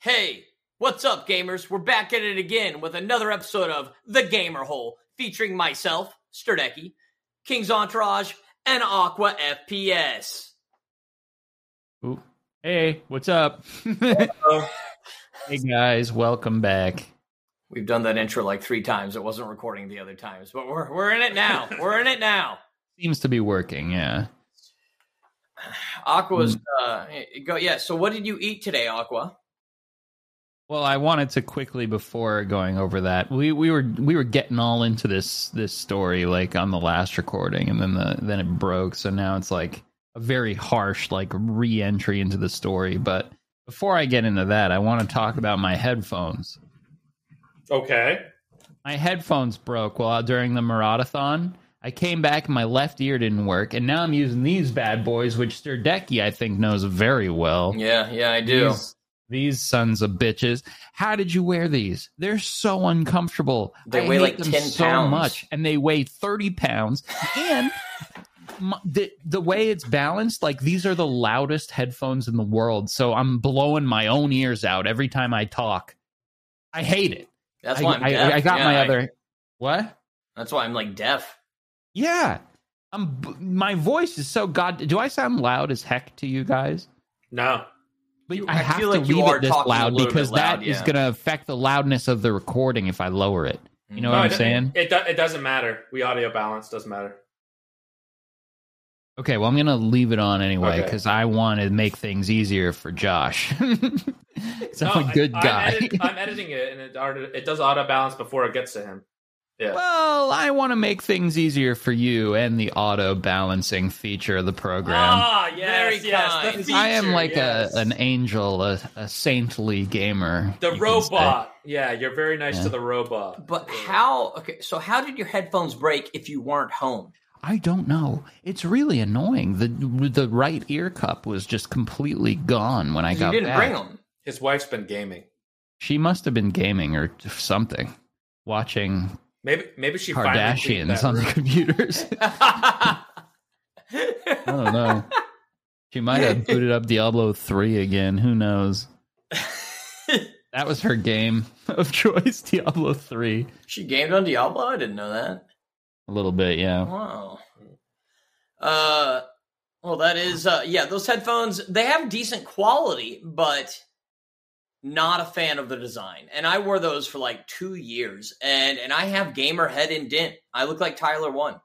Hey, what's up, gamers? We're back at it again with another episode of The Gamer Hole, featuring myself, Sterdecki, King's Entourage, and Aqua FPS. Ooh. Hey, what's up? hey guys, welcome back. We've done that intro like three times. It wasn't recording the other times, but we're we're in it now. We're in it now. Seems to be working, yeah. Aqua's Mm. uh, go yeah. So what did you eat today, Aqua? Well, I wanted to quickly before going over that. We we were we were getting all into this this story like on the last recording and then the then it broke, so now it's like a very harsh like re-entry into the story, but before I get into that, I want to talk about my headphones. Okay. my headphones broke while out during the marathon. I came back and my left ear didn't work, and now I'm using these bad boys, which Sterdeki I think knows very well. Yeah, yeah, I do. These, these sons of bitches. How did you wear these? They're so uncomfortable. They I weigh hate like them 10 so pounds. much, and they weigh thirty pounds. And my, the the way it's balanced, like these are the loudest headphones in the world. So I'm blowing my own ears out every time I talk. I hate it. That's I, why I'm I- deaf. I got Yeah, my other. What? That's why I'm like deaf. Yeah. I'm b- my voice is so god do I sound loud as heck to you guys? No. But You- I I have feel to like you leave are it this talking a loud little because bit loud, that is yeah. going to affect the loudness of the recording if I lower it. You know Mm. no, what I'm it- saying? It, do- it doesn't matter. We audio balance doesn't matter. Okay, well I'm going to leave it on anyway Okay. cuz I want to make things easier for Josh. 'Cause No, I'm a good I, guy. I'm, edit- I'm editing it, and it auto- it does auto balance before it gets to him. Yeah. well, I want to make things easier for you and the auto balancing feature of the program. Ah, yes, yes, the Oh, feature, I am like a an angel, a, a saintly gamer. you the could robot. Yeah, you're very nice Yeah. to the robot. But Yeah. how? Okay, so how did your headphones break if you weren't home? I don't know. It's really annoying. The the right ear cup was just completely gone when I you got didn't back. bring them. His wife's been gaming. She must have been gaming or something, watching Maybe maybe she finally cleaned Kardashians that on the room. computers. I don't know. She might have booted up Diablo 3 again. Who knows? That was her game of choice, Diablo 3. she gamed on Diablo. I didn't know that. A little bit, yeah. Wow. Uh, well, that is uh, yeah. Those headphones they have decent quality, but not a fan of the design. And I wore those for like two years, and and I have gamer head indent. I look like Tyler One,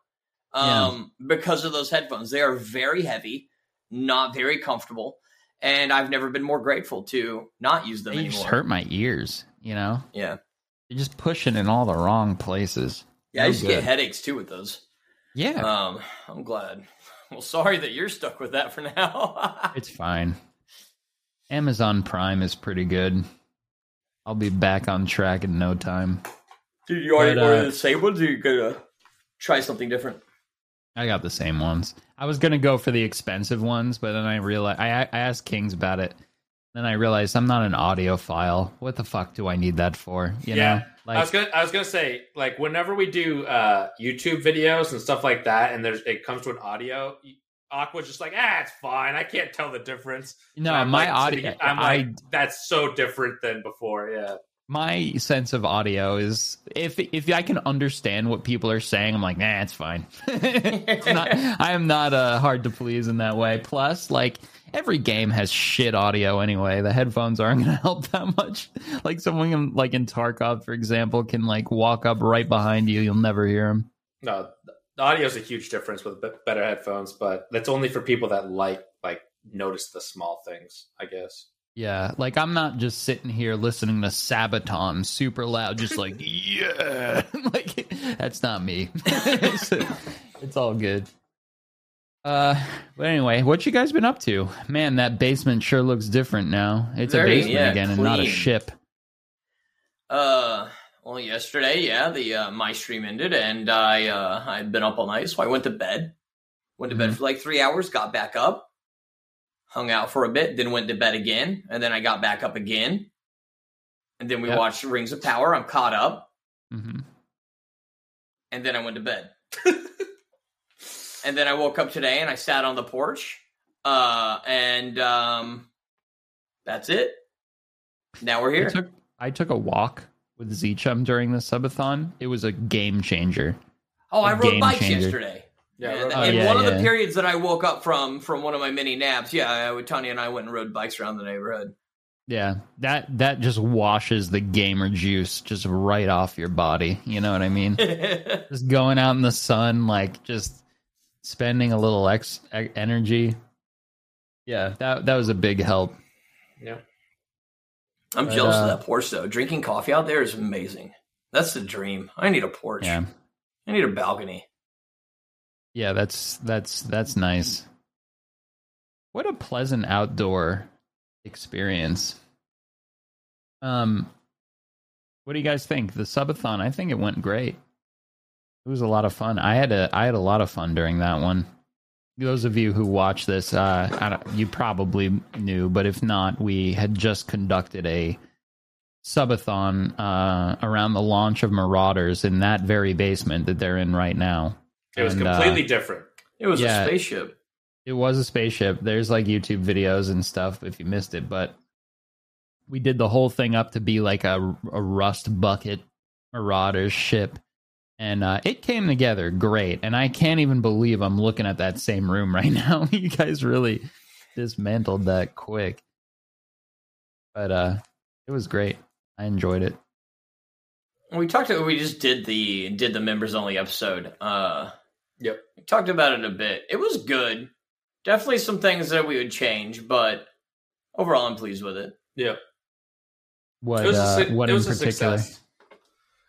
um, because of those headphones. They are very heavy, not very comfortable, and I've never been more grateful to not use them They anymore. just hurt my ears, you know? Yeah, They're just pushing in all the wrong places. yeah. I No used to get good. headaches too with those. Uh. Yeah. Um, I'm glad. Well, sorry that you're stuck with that for now. It's fine. Amazon Prime is pretty good. I'll be back on track in no time. Dude, you already But, uh, ordered the same ones, or you gonna try something different? I got the same ones. I was gonna go for the expensive ones, but then I realized I, I asked Kings about it. Then I realized I'm not an audiophile. What the fuck do I need that for? You Yeah. know, I was gonna I was gonna say like whenever we do uh, YouTube videos and stuff like that, and there's it comes to an audio. Aqua's just like ah, it's fine. I can't tell the difference. no, I'm my like, audio. I'm I like, that's so different than before. Yeah. my sense of audio is if if I can understand what people are saying, I'm like, nah, it's fine. It's not- I am not uh, hard to please in that way. Plus, like every game has shit audio anyway. The headphones aren't going to help that much. Like someone in, like in Tarkov, for example, can like walk up right behind you. You'll never hear him. No, the audio's a huge difference with b- better headphones, but that's only for people that like like notice the small things, I guess. Yeah, like I'm not just sitting here listening to Sabaton super loud, just like yeah, like that's not me. it's, it's all good. Uh, but anyway, what you guys been up to? Man, that basement sure looks different now. It's Very, a basement yeah, again, and not a clean. ship. Uh, well, yesterday, yeah, the uh, my stream ended, and I uh, I'd been up all night, so I went to bed. Went to Mm-hmm. bed for like three hours, got back up, hung out for a bit, then went to bed again, and then I got back up again, and then we Yep. watched Rings of Power. I'm caught up, hmm and then I went to bed. and then I woke up today and I sat on the porch. Uh, and um, that's it. Now we're here. I took, I took a walk with Zechum during the subathon. It was a game changer. oh, I rode game bikes changer. yesterday. Yeah, and road Oh, in bike. yeah, one of the yeah. periods that I woke up from from one of my many naps, yeah, I, Tanya and I went and rode bikes around the neighborhood. Yeah, that that just washes the gamer juice just right off your body. You know what I mean? just going out in the sun, like just spending a little ex e- energy. Yeah, that that was a big help. I'm But, jealous uh, of that porch though. Drinking coffee out there is amazing. That's the dream. I need a porch. Yeah, I need a balcony. yeah, that's that's that's nice. What a pleasant outdoor experience. Um, what do you guys think? The subathon, I think it went great. It was a lot of fun. I had a I had a lot of fun during that one. Those of you who watch this, uh, I don't, you probably knew, but if not, we had just conducted a subathon uh, around the launch of Marauders in that very basement that they're in right now. It was And, uh, completely different. It was Yeah. a spaceship. it was a spaceship. There's like YouTube videos and stuff if you missed it, but we did the whole thing up to be like a, a rust bucket marauder's ship. And uh, it came together great. And I can't even believe I'm looking at that same room right now. you guys really dismantled that quick. But uh, it was great. I enjoyed it. We talked. We just did the did the members only episode. Uh, Yep. We talked about it a bit. It was good. Definitely some things that we would change, but overall, I'm pleased with it. Yeah. What, it was, uh, a, su- what it was in a particular? success.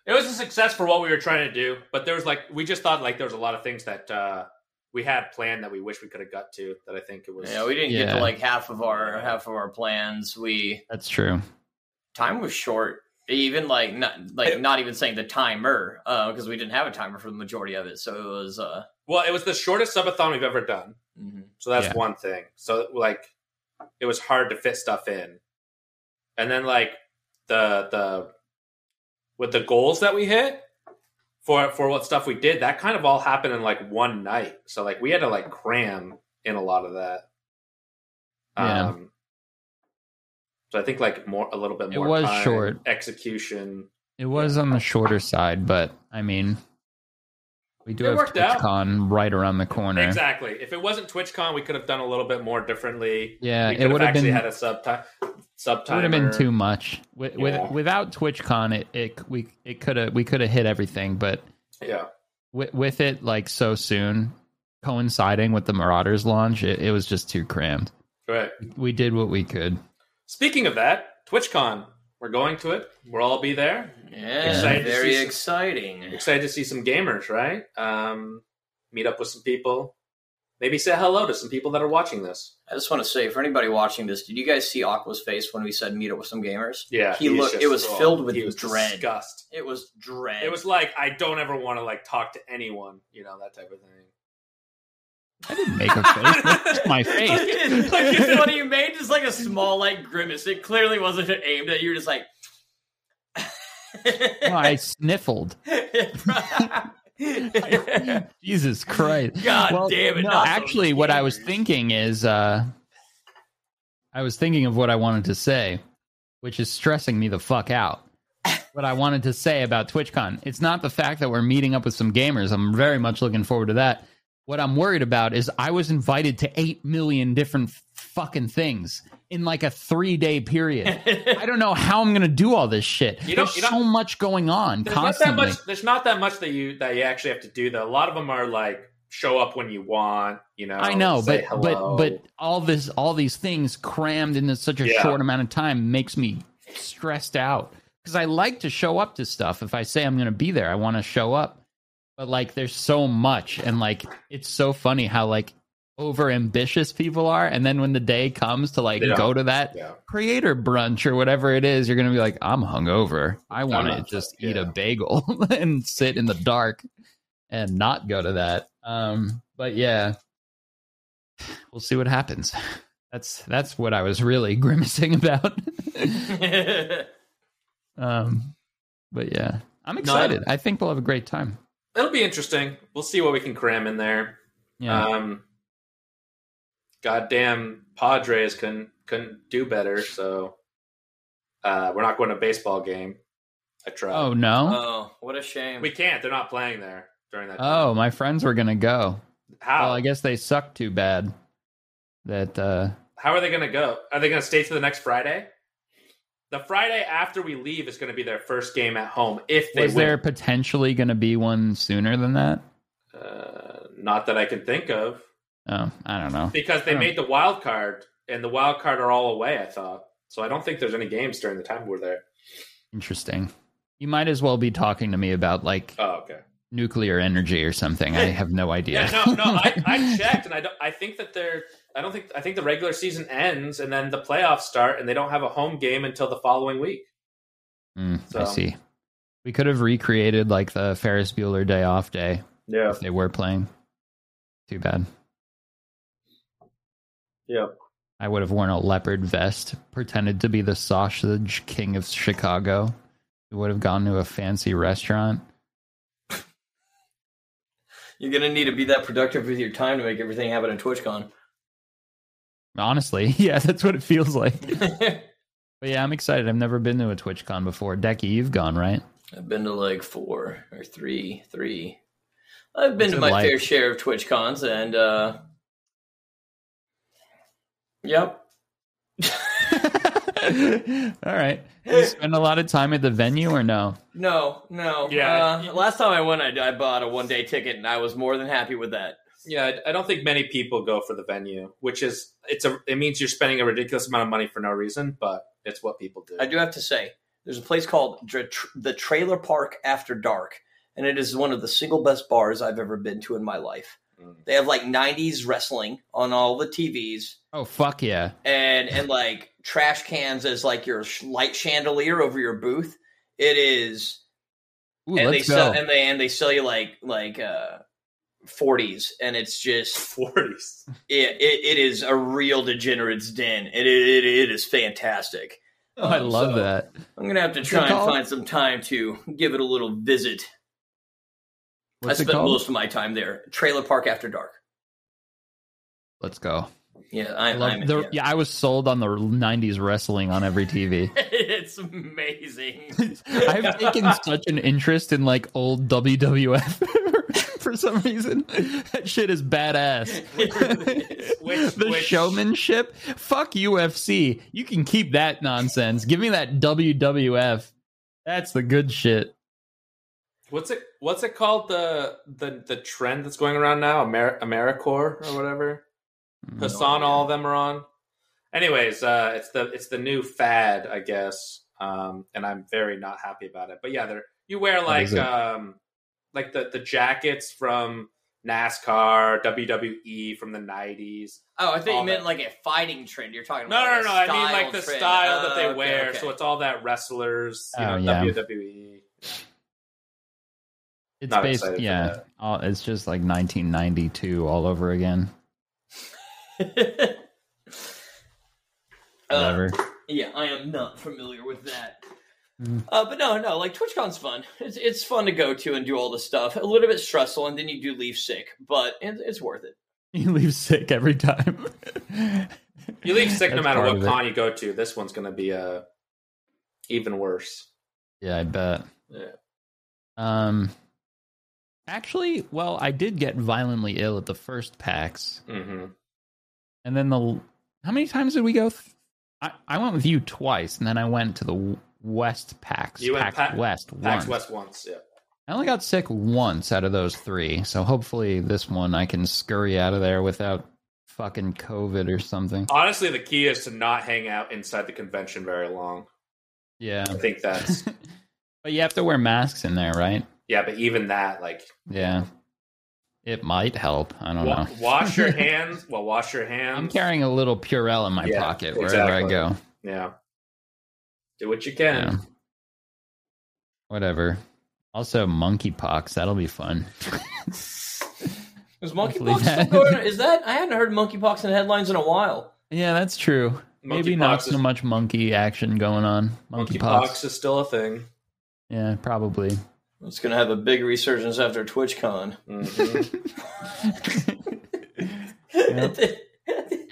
It was a success for what we were trying to do, but there was like we just thought like there was a lot of things that uh, we had planned that we wish we could have got to. That I think it was. Yeah, we didn't get Yeah. to like half of our half of our plans. We That's true. time was short. Even like not like not even saying the timer because we didn't have a timer for the majority of it. So it was. Uh, well, it was the shortest subathon we've ever done, mhm. so that's Yeah. one thing. So like, it was hard to fit stuff in, and then like the the with the goals that we hit for for what stuff we did, that kind of all happened in like one night. So like we had to like cram in a lot of that. Yeah. Um, so I think like more a little bit It more. was time, short. execution. It was on the shorter side, but I mean, we do It have worked out. TwitchCon right around the corner. Exactly. If it wasn't TwitchCon, we could have done a little bit more differently. Yeah, we it could would have have actually been had a sub time. Sub it would have been too much. With, Yeah. with without TwitchCon, it, it we it could have we could have hit everything, but Yeah. with, with it like so soon, coinciding with the Marauders launch, it, it was just too crammed. Right. We did what we could. Speaking of that, TwitchCon, we're going to it. We'll all be there. Yeah, Excited to very see some- exciting. Excited to see some gamers, right? Um, meet up with some people. Maybe say hello to some people that are watching this. I just want to say for anybody watching this, did you guys see Aqua's face when we said meet up with some gamers? Yeah, He was looked- just- it was oh, filled with he was dread. disgust. It was dread. It was like I don't ever want to like talk to anyone, you know that type of thing. I didn't make a face. That's my face. like, like you- what you made just like a small like grimace. It clearly wasn't aimed at you. You're just like. No, I sniffled. Jesus Christ. God damn it, No, not those actually, what I was gamers. thinking is uh, I was thinking of what I wanted to say, which is stressing me the fuck out. what I wanted to say about TwitchCon. It's not the fact that we're meeting up with some gamers. I'm very much looking forward to that. What I'm worried about is I was invited to 8 million different fucking things in like a three day period. I don't know how I'm going to do all this shit. You don't- There's you don't- so much going on There's constantly. not that much. There's not that much that you that you actually have to do. Though a lot of them are like show up when you want. You know, I know, say but hello. but but all this all these things crammed into such a Yeah. short amount of time makes me stressed out because I like to show up to stuff. If I say I'm going to be there, I want to show up. But like, there's so much, and like, it's so funny how like over ambitious people are, and then when the day comes to like They don't. go to that Yeah. creator brunch or whatever it is, you're going to be like, I'm hungover. I want to not- just yeah. eat a bagel and sit in the dark and not go to that. Um, but yeah, we'll see what happens. That's that's what I was really grimacing about. um, but yeah, I'm excited. I think we'll have a great time. it'll be interesting. We'll see what we can cram in there. Yeah, Um, goddamn Padres couldn't couldn't do better. So Uh, we're not going to a baseball game. I tried. Oh no. uh, Oh, what a shame. We can't. They're not playing there during that. time. Oh, my friends were gonna go. How? Well, I guess they suck too bad. That uh How are they going to go? Are they going to stay to the next Friday? The Friday after we leave is going to be their first game at home if they was win. there potentially gonna be one sooner than that? Uh, not that I can think of Oh, I don't know. because they Hmm. made the wild card and the wild card are all away. I thought so. I don't think there's any games during the time we're there. Interesting. You might as well be talking to me about like Oh, okay. nuclear energy or something. I have no idea. Yeah, no, no. I, I checked, and I don't. I think that they're. I don't think. I think the regular season ends, and then the playoffs start, and they don't have a home game until the following week. Mm, I So- see. We could have recreated like the Ferris Bueller day off day Yeah. if they were playing. Too bad. Yeah. I would have worn a leopard vest, pretended to be the sausage king of Chicago. We would have gone to a fancy restaurant. You're gonna need to be that productive with your time to make everything happen at TwitchCon. Honestly, yeah, that's what it feels like. But yeah, I'm excited. I've never been to a TwitchCon before. Decky, you've gone, right? I've been to like four or three, three. I've been What's to it my like? fair share of Twitch cons, and uh, yep. All right. You spend a lot of time at the venue or no? No, no. Yeah. Uh, last time I went, I, I bought a one day ticket, and I was more than happy with that. Yeah, I- I don't think many people go for the venue, which is it's a it means you're spending a ridiculous amount of money for no reason, but it's what people do. I do have to say, there's a place called Dra- Tr- the Trailer Park After Dark, and it is one of the single best bars I've ever been to in my life. Mm. They have like 90s wrestling on all the TVs, Oh, fuck yeah. and and like trash cans as like your sh- light chandelier over your booth. It is, Ooh, and they let's go. sell and they and they sell you like like uh 40s, and it's just Forties. it, it, it is a real degenerate's den. It it, it is fantastic. oh, I Um, love so that. I'm gonna have to What's it try and called? find some time to give it a little visit. What's I it spent called? most of my time there. Trailer Park After Dark. Let's go. Yeah, I, I love I'm the, yeah. yeah, I was sold on the 90s wrestling on every TV. it's amazing. I've taken such an interest in like old WWF for some reason. That shit is badass. It really is. Which- the which- showmanship? Fuck UFC. You can keep that nonsense. Give me that WWF. That's the good shit. What's it what's it called the the the trend that's going around now? Amer- AmeriCorps or whatever? Hassan all of them are on. Anyways, uh it's the it's the new fad, I guess. Um and I'm very not happy about it. But yeah, they're you wear like is it? um like the the jackets from NASCAR, WWE from the 90s. oh, I think you All meant that. like a fighting trend. You're talking No, about no, like no. a I mean, like the trend. style that Oh, they okay, wear. okay. So it's all that wrestlers, you Oh, know, E. yeah. WWE. It's Not based, excited for yeah. that. All, it's just like 1992 all over again. Uh, Whatever. Yeah, I am not familiar with that. Mm. Uh, but no, no, like TwitchCon's fun. It's it's fun to go to and do all this stuff. A little bit stressful, and then you do leave sick, but it, it's worth it. you leave sick every time. You leave sick no That's matter part what of it. con you go to. This one's going to be uh, even worse. Yeah, I bet. Yeah. Um, actually, well, I did get violently ill at the first PAX, hmm and then the how many times did we go? Th- I I went with you twice, and then I went to the w- West PAX. You went PAX Pa- West PAX once. West once. Yeah. I only got sick once out of those three, so hopefully this one I can scurry out of there without fucking COVID or something. Honestly, the key is to not hang out inside the convention very long. Yeah, I think that's but you have to wear masks in there, right? yeah. But even that, like, Yeah, it might help. I don't wa- know. wash your hands. Well, wash your hands. I'm carrying a little Purell in my Yeah, pocket wherever I exactly. go. Yeah. Do what you Yeah. can. Whatever. Also, monkeypox. That'll be fun. Is Hopefully monkeypox still that- going? Is that I hadn't heard monkeypox in the headlines in a while. yeah, that's true. Maybe not Monkeypox so is- much monkey action going on. Monkeypox. Monkeypox is still a thing. Yeah, probably. It's going to have a big resurgence after TwitchCon. Mhm. Yep.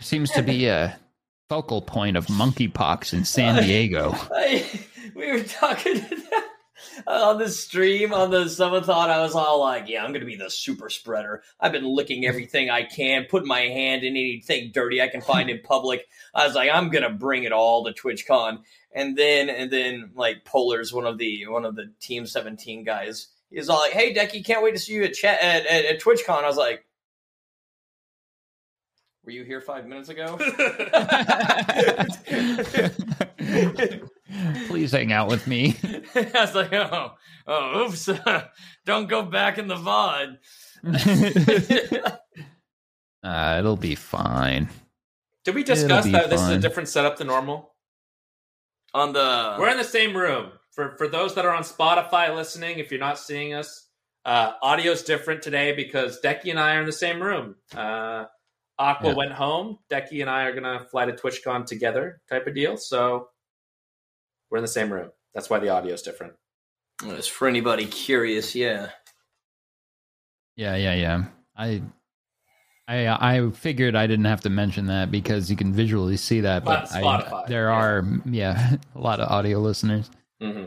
Seems to be a focal point of monkeypox in San Diego. I, we were talking to them on the stream on the summit thought I was all like, yeah, I'm gonna be the super spreader. I've been licking everything I can, putting my hand in anything dirty I can find in public. I was like, I'm gonna bring it all to TwitchCon. And then and then like Polar's one of the one of the Team 17 guys. He's all like, "Hey, Decky, can't wait to see you at chat at, at, at TwitchCon." I was like, "Were you here five minutes ago?" Please hang out with me. I was like, oh, oh, oops, don't go back in the VOD. Uh, it'll be fine. Did we discuss be that this is a fun. different setup than normal? On the We're in the same room. For for those that are on Spotify listening, if you're not seeing us, uh, audio's different today because Decky and I are in the same room. Uh, Aqua Yeah. went home. Decky and I are gonna fly to TwitchCon together, type of deal. So we're in the same room. That's why the audio's different. Well, it's oh, for anybody curious, yeah. Yeah, yeah, yeah. I. I, I figured I didn't have to mention that because you can visually see that, But but I, Spotify, there yeah. are yeah a lot of audio listeners. hmm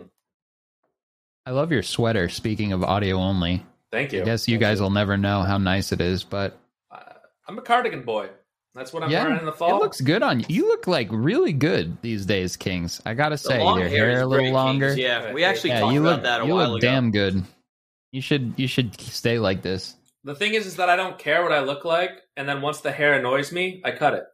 I love your sweater. Speaking of audio only, Thank you. I guess you guys will never know how nice it is, but Uh, I'm a cardigan boy. That's what I'm Yeah, wearing in the fall. it looks good on you. You look like really good these days, Kings. I gotta The say, long your hair is hair, a great, little Kings, longer. Yeah, we actually Yeah, talked you about look that a you while look ago. damn good. You should you should stay like this. the thing is, is that I don't care what I look like, and then once the hair annoys me, I cut it.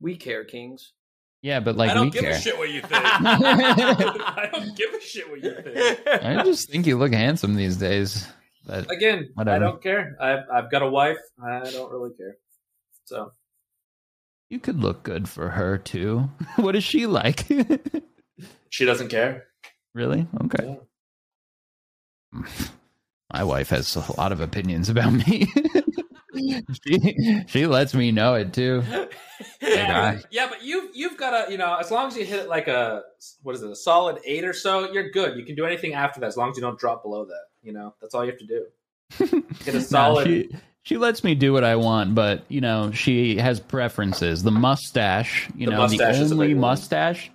We care, Kings. Yeah, but like I don't we give care. a shit what you think. I don't give a shit what you think. I just think you look handsome these days. But Again, I Whatever. don't care. I've, I've got a wife. I don't really care. So you could look good for her too. what is she like? she doesn't care. really? Okay. My wife has a lot of opinions about me. she she lets me know it too. Yeah, guy. yeah, but you've you've got a you know as long as you hit it like a what is it a solid eight or so, you're good. You can do anything after that as long as you don't drop below that. You know that's all you have to do. Get a No, solid. she, she lets me do what I want, but you know she has preferences. The mustache, you The know, mustache is the a only big one. mustache.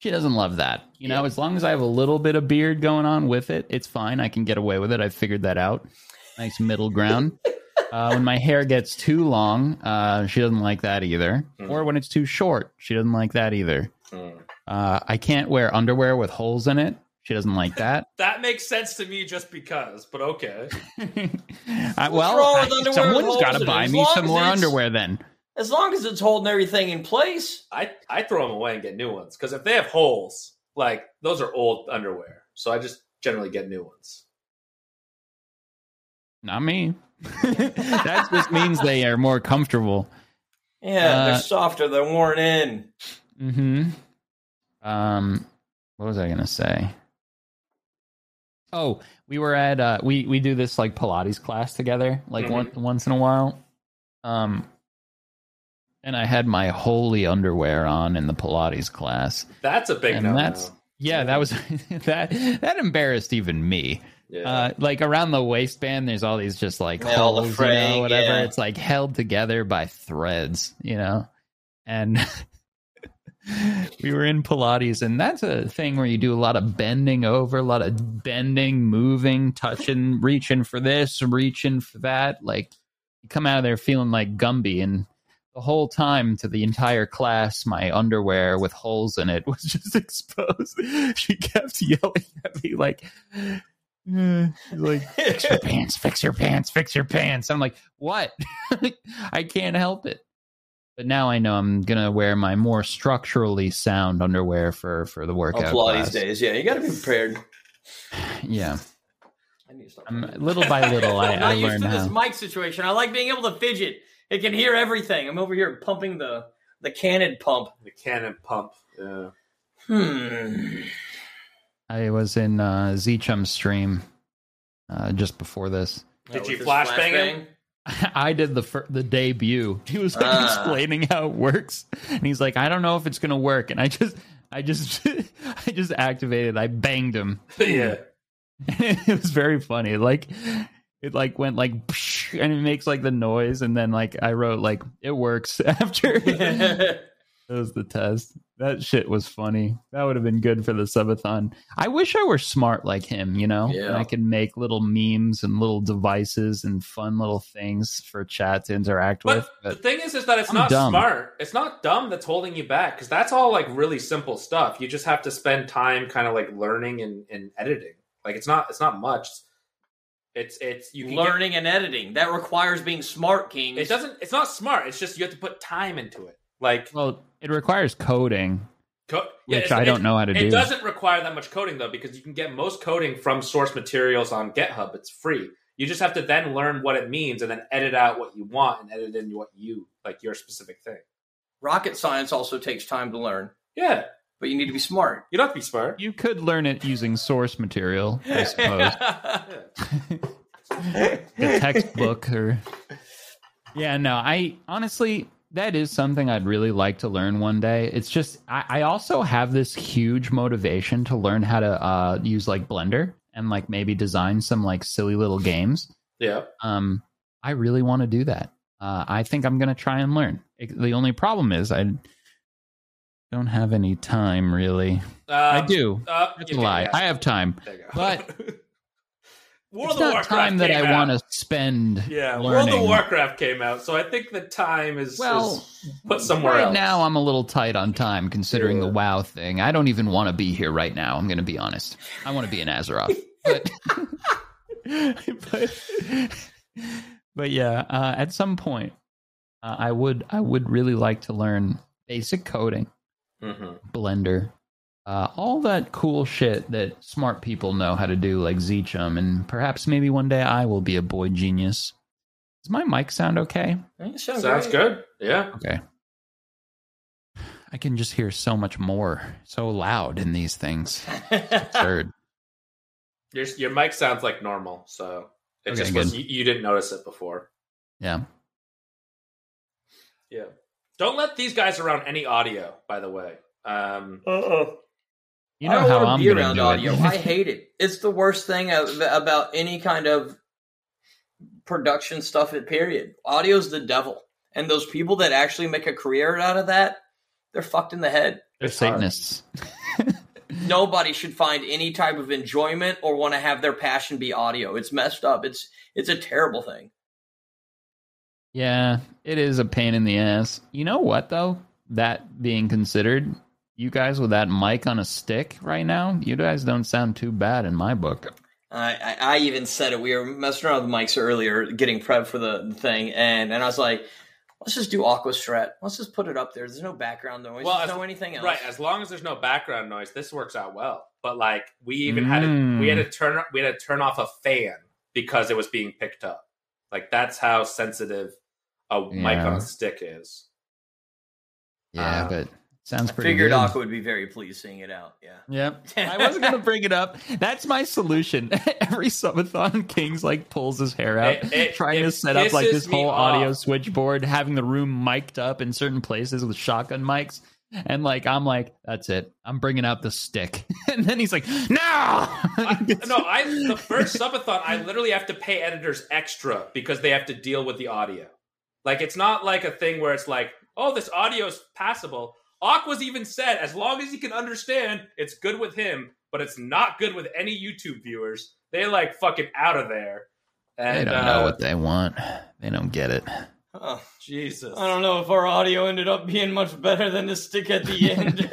She doesn't love that. You know, Yeah. as long as I have a little bit of beard going on with it, it's fine. I can get away with it. I figured that out. Nice middle ground. uh, when my hair gets too long, uh, she doesn't like that either. Mm. Or when it's too short, she doesn't like that either. Mm. Uh, I can't wear underwear with holes in it. She doesn't like that. That makes sense to me just because, but okay. I, Uh, well, wrong with I- underwear with someone's holes got in it? to buy As me long some as more it's- underwear then. As long as it's holding everything in place. I I throw them away and get new ones because if they have holes, like those are old underwear, so I just generally get new ones. Not me. that just means they are more comfortable. Yeah, Uh, they're softer. They're worn in. Mm-hmm. Um, what was I gonna say? Oh, we were at uh, we we do this like Pilates class together, like Mhm. Mm-hmm. once once in a while. Um, and I had my holy underwear on in the Pilates class. That's a big And no. that's- Yeah, that was that that embarrassed even me. yeah. Uh, like around the waistband, there's all these just like Yeah, all the holes, you fraying, know, whatever. yeah. It's like held together by threads, you know. And we were in Pilates, and that's a thing where you do a lot of bending over, a lot of bending, moving, touching, reaching for this, reaching for that. Like you come out of there feeling like Gumby, and the whole time to the entire class, my underwear with holes in it was just exposed. She kept yelling at me like, "Eh," she's like fix your pants, fix your pants, fix your pants. I'm like, what? I can't help it. But now I know I'm gonna wear my more structurally sound underwear for for the On workout. Pilates class. days, yeah, you got to be prepared. Yeah, I need to stop. I'm, little by little, I, I'm I not used learned to this how. mic situation. I like being able to fidget. It can hear everything. I'm over here pumping the the cannon pump. the cannon pump. Yeah. Hmm. I was in uh, Z Chum's stream uh, just before this. Did Uh, you with this flashbang him? I did the fir- the debut. He was like Ah. explaining how it works, and he's like, "I don't know if it's gonna work." And I just, I just, I just activated. I banged him. yeah. it was very funny. Like it like went like psh, and it makes like the noise and then like I wrote like it works after that was the test. That shit was funny. That would have been good for the subathon. I wish I were smart like him, you know? Yeah. And I could make little memes and little devices and fun little things for chat to interact with. But the But thing is, is that it's I'm not dumb. smart. It's not dumb that's holding you back because that's all like really simple stuff. You just have to spend time kind of like learning and, and editing. Like it's not it's not much. It's it's you can get- Learning and editing that requires being smart, King. it doesn't. It's not smart. It's just you have to put time into it. Like well, it requires coding, co- yeah, which it's- I don't it- know how to It do. doesn't require that much coding though, because you can get most coding from source materials on GitHub. It's free. You just have to then learn what it means and then edit out what you want and edit in what you like your specific thing. Rocket science also takes time to learn, Yeah, but you need to be smart. you don't have to be smart. You could learn it using source material, I suppose. Yeah. the textbook or yeah no i honestly that is something i'd really like to learn one day it's just i, I also have this huge motivation to learn how to uh, use like blender and like maybe design some like silly little games Yeah. um i really want to do that uh, i think i'm gonna try and learn it, the only problem is i don't have any time really i Um, do Uh, that's a you can- lie yeah, i have time there you go. but- World it's of not Warcraft time that came i want to out. spend Yeah, World learning. of Warcraft came out, so I think the time is Well, is put somewhere right else. now i'm a little tight on time considering the wow thing i don't even want to be here right now i'm gonna be honest i want to be in azeroth but but, but yeah uh, at some point uh, i would i would really like to learn basic coding Mhm. blender uh, all that cool shit that smart people know how to do like zchum and perhaps maybe one day i will be a boy genius does my mic sound okay Sounds, Sounds great. good. Yeah. Okay. I can just hear so much more, so loud in these things. Absurd. Your your mic sounds like normal, so it Okay, just was good. you, you didn't notice it before. Yeah. Yeah. Don't let these guys around any audio, by the way. Um You I know don't how wanna I'm be going to around do audio. it. I hate it. It's the worst thing of- about any kind of production stuff. At period, audio's the devil, and those people that actually make a career out of that, they're fucked in the head. They're it's hard. Satanists. Nobody should find any type of enjoyment or want to have their passion be audio. It's messed up. It's it's a terrible thing. Yeah, it is a pain in the ass. You know what, though? That being considered, you guys with that mic on a stick right now, you guys don't sound too bad in my book. I, I, I even said it. We were messing around with the mics earlier, getting prepped for the, the thing, and, and I was like, let's just do Aqua Strat. Let's just put it up there. There's no background noise. Well, There's as- no anything else. Right, as long as there's no background noise, this works out well. But like we even had to, Mm. we had to turn we had to turn off a fan because it was being picked up. Like that's how sensitive a mic on Yeah. a stick is. Yeah, Uh, Ah, but it sounds I pretty figured good. Aqua would be very pleased seeing it out. Yeah. Yep. I wasn't going to bring it up. That's my solution. Every subathon, Kings like pulls his hair out, It- it- trying it to set up like this pisses me whole audio off. switchboard, having the room mic'd up in certain places with shotgun mics. And like, I'm like, that's it. I'm bringing out the stick. And then he's like, no. I, no, I the first subathon, I literally have to pay editors extra because they have to deal with the audio. Like it's not like a thing where it's like, oh, this audio's passable. Aqua's even said, as long as he can understand, it's good with him, but it's not good with any YouTube viewers. They like fucking out of there. They And don't uh, know what they want. They don't get it. Oh, Jesus. know if our audio ended up being much better than the stick at the end.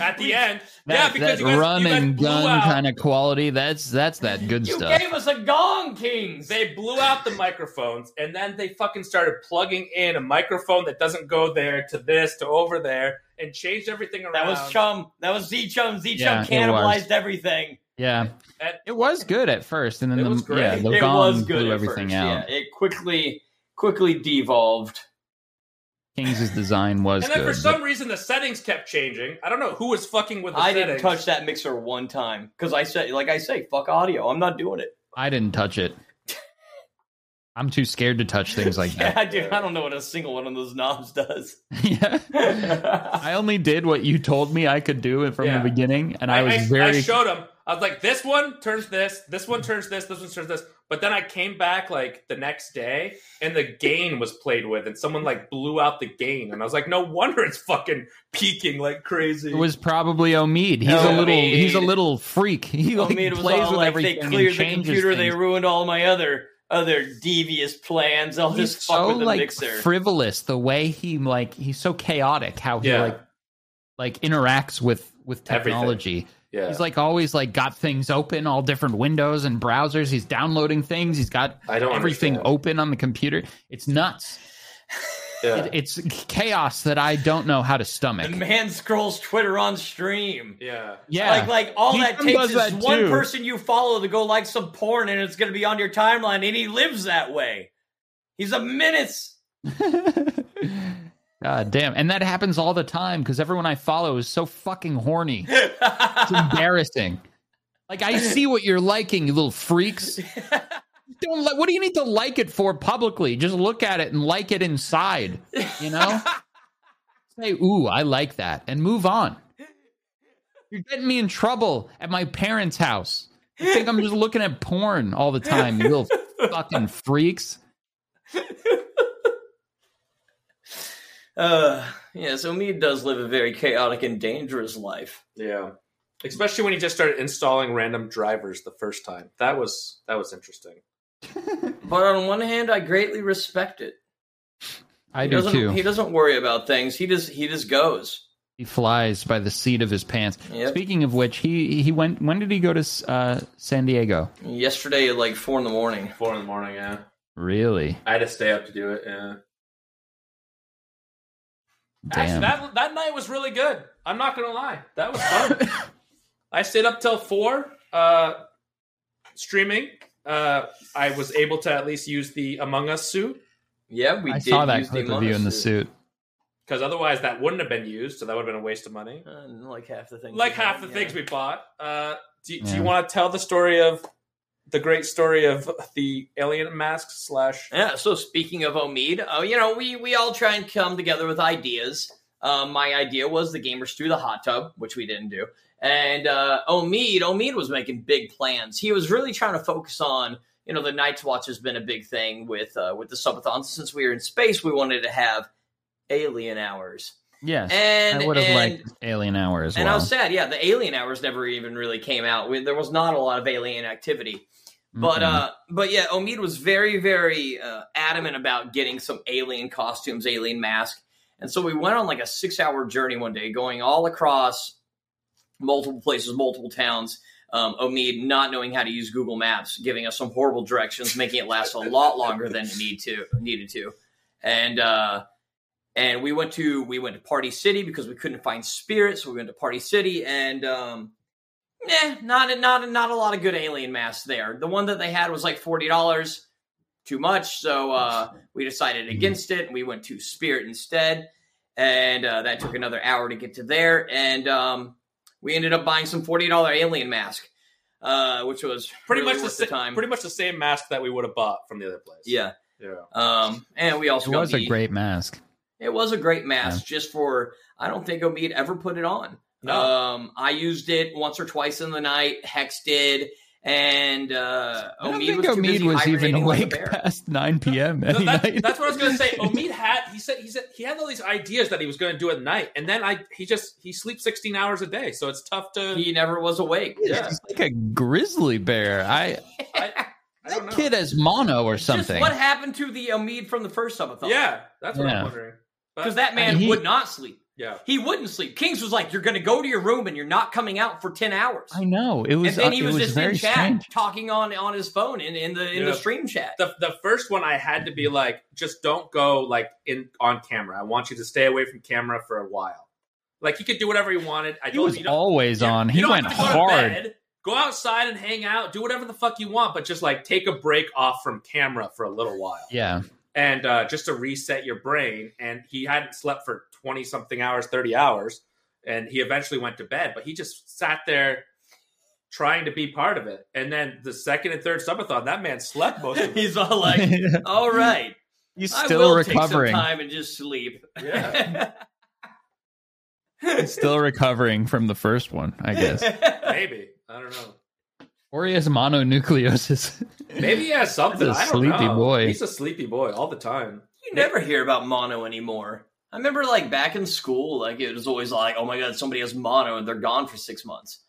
At the end, yeah, That, that because you guys, run you guys and blew gun out. kind of quality, that's that's that good you stuff. gave us a gong, Kings. They blew out the microphones and then they fucking started plugging in a microphone that doesn't go there to this to over there and changed everything around. that was Chum. That was Z Chum. Z Chum Yeah, it cannibalized was. everything. Yeah. At- It was good at first, and then It the, was great. yeah, the it gong was good. blew at everything first, out. Yeah, it quickly quickly devolved. Kings' design was and then good. for some reason the settings kept changing. I don't know who was fucking with the I settings. didn't touch that mixer one time because I said, like I say, fuck audio. I'm not doing it. but I didn't touch it. I'm too scared to touch things like yeah, that. I do. I don't know what a single one of those knobs does. yeah. I only did what you told me I could do from Yeah. the beginning, and I, was I, very showed him. I was like, this one turns this, this one turns this, this one turns this. But then I came back like the next day and the gain was played with and someone like blew out the gain. And I was like, no wonder it's fucking peaking like crazy. It was probably Omid. He's a little Omid. he's a little freak. He like, Omid was plays all with like, everything. they and cleared the changes computer, they things. ruined all my other other devious plans. I'll he's just fuck so with the like mixer. frivolous the way he like he's so chaotic how he Yeah. like like interacts with with Everything. technology. yeah. He's like always like got things open, all different windows and browsers. He's downloading things. He's got I don't everything understand. open on the computer. It's nuts. Yeah. It- it's chaos that I don't know how to the stomach. man scrolls Twitter on stream. yeah. yeah, Like, like all He that does takes is that one too. person you follow to go like some porn, and it's going to be on your timeline. And he lives that way. He's a menace. God damn. And that happens all the time because everyone I follow is so fucking horny. It's embarrassing. Like I see what you're liking, you little freaks. Don't like what do you need to like it for publicly? Just look at it and like it inside. You know? Say, ooh, I like that, and move on. You're getting me in trouble at my parents' house. You think I'm just looking at porn all the time, you little fucking freaks. Uh, yeah, so Mead does live a very chaotic and dangerous life. Yeah. Especially when he just started installing random drivers the first time. That was that was interesting. But on one hand, I greatly respect it. I He do doesn't. too. He doesn't worry about things. He just. He just goes. He flies by the seat of his pants. Yep. Speaking of which, he he went. When did he go to uh, San Diego? Yesterday, at like four in the morning. Four in the morning, yeah. Really? I had to stay up to do it, yeah. Damn. Actually, that that night was really good. I'm not gonna lie, that was fun. I stayed up till four uh, streaming. Uh, I was able to at least use the Among Us suit Yeah, we I did saw that use clip the of you in the suit. because otherwise that wouldn't have been used, so that would have been a waste of money. And Uh, like half the things. Like we half had, the yeah. things we bought. Uh, do, do Yeah. you want to tell the story of the great story of the alien mask slash? Yeah. So speaking of Omid, uh, you know, we we all try and come together with ideas. Um, my idea was the gamers through the hot tub, which we didn't do. And uh, Omid, Omid was making big plans. He was really trying to focus on, you know, the Night's Watch has been a big thing with uh, with the subathons. Since we were in space, we wanted to have alien hours. Yes. And I would have and, liked Alien Hour as and well. I was sad. Yeah, the alien hours never even really came out. We, there was not a lot of alien activity. But Mhm. uh, but yeah, Omid was very very uh, adamant about getting some alien costumes, alien mask, and so we went on like a six hour journey one day, going all across multiple places, multiple towns. Um, Omid not knowing how to use Google Maps, giving us some horrible directions, making it last a lot longer than it need to needed to, and uh, and we went to we went to Party City because we couldn't find Spirit, so we went to Party City and. Um, Nah, not not not a lot of good alien masks there. The one that they had was like forty dollars, too much. So uh, we decided Mm-hmm. against it, and we went to Spirit instead. And uh, that took another hour to get to there, and um, we ended up buying some forty dollar alien mask, uh, which was Pretty really much the, worth the, sa- time. pretty much the same mask that we would have bought from the other place. yeah. yeah. Um, and we also it got was the- a great mask. it was a great mask just for I don't think Omid ever put it on. No. Um, I used it once or twice in the night. Hex did, and uh, I don't Omid think was, too Omid busy was even hibernating like a awake bear. past 9 p.m. No, any that- night. that's what I was gonna say. Omid had he said he said he had all these ideas that he was gonna do at night, and then I he just he sleeps sixteen hours a day, so it's tough to. He never was awake. yeah, He's like a grizzly bear. I, I, I don't that know. kid has mono or Just something. what happened to the Omid from the first subathon? Yeah, that's what Yeah. I'm wondering. But- because that man And he- would not sleep. yeah, He wouldn't sleep. Kings was like, "You're going to go to your room and you're not coming out for ten hours." I know. It was, uh, and then he it was, was just very in chat "Oh, strange. talking on on his phone in, in the in the Yeah. stream chat. the the first one I had to be like, just don't go like in on camera. I want you to stay away from camera for a while. Like he could do whatever he wanted. I He told was him, you don't- always you- on. you He don't went have to go to hard. bed. Go outside and hang out. Do whatever the fuck you want, but just like take a break off from camera for a little while. Yeah. and uh, just to reset your brain. And he hadn't slept for 20 something hours, 30 hours. And he eventually went to bed, but he just sat there trying to be part of it. And then the second and third subathon, that man slept most of it. He's all like, "All right, He's I will still take recovering. some time and just sleep." yeah. He's still recovering from the first one, I guess. Maybe. I don't know. Or he has mononucleosis. Maybe he has something. He's a I don't sleepy know. boy. He's a sleepy boy all the time. You never hear about mono anymore. I remember like back in school, like it was always like, oh my god, somebody has mono and they're gone for six months.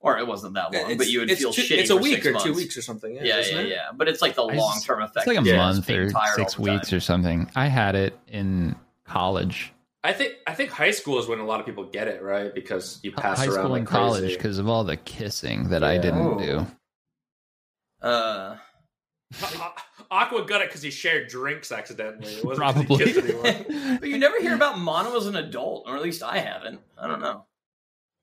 Or it wasn't that long, It's- but you would it's feel two- shitty. It's a for week six or two months. weeks or something. Yeah, Yeah, isn't yeah, it? yeah. But it's like the just- long term effect. It's like a of just month being or tired six all the time. weeks or something. I had it in college, I think I think high school is when a lot of people get it right because you pass high around school like and college, crazy. because of all the kissing that I Yeah. didn't Oh. do. Uh, A- A- Aqua got it because he shared drinks accidentally. It wasn't 'cause he Probably. kissed anyone. It's but you never hear about mono as an adult, or at least I haven't. I don't know.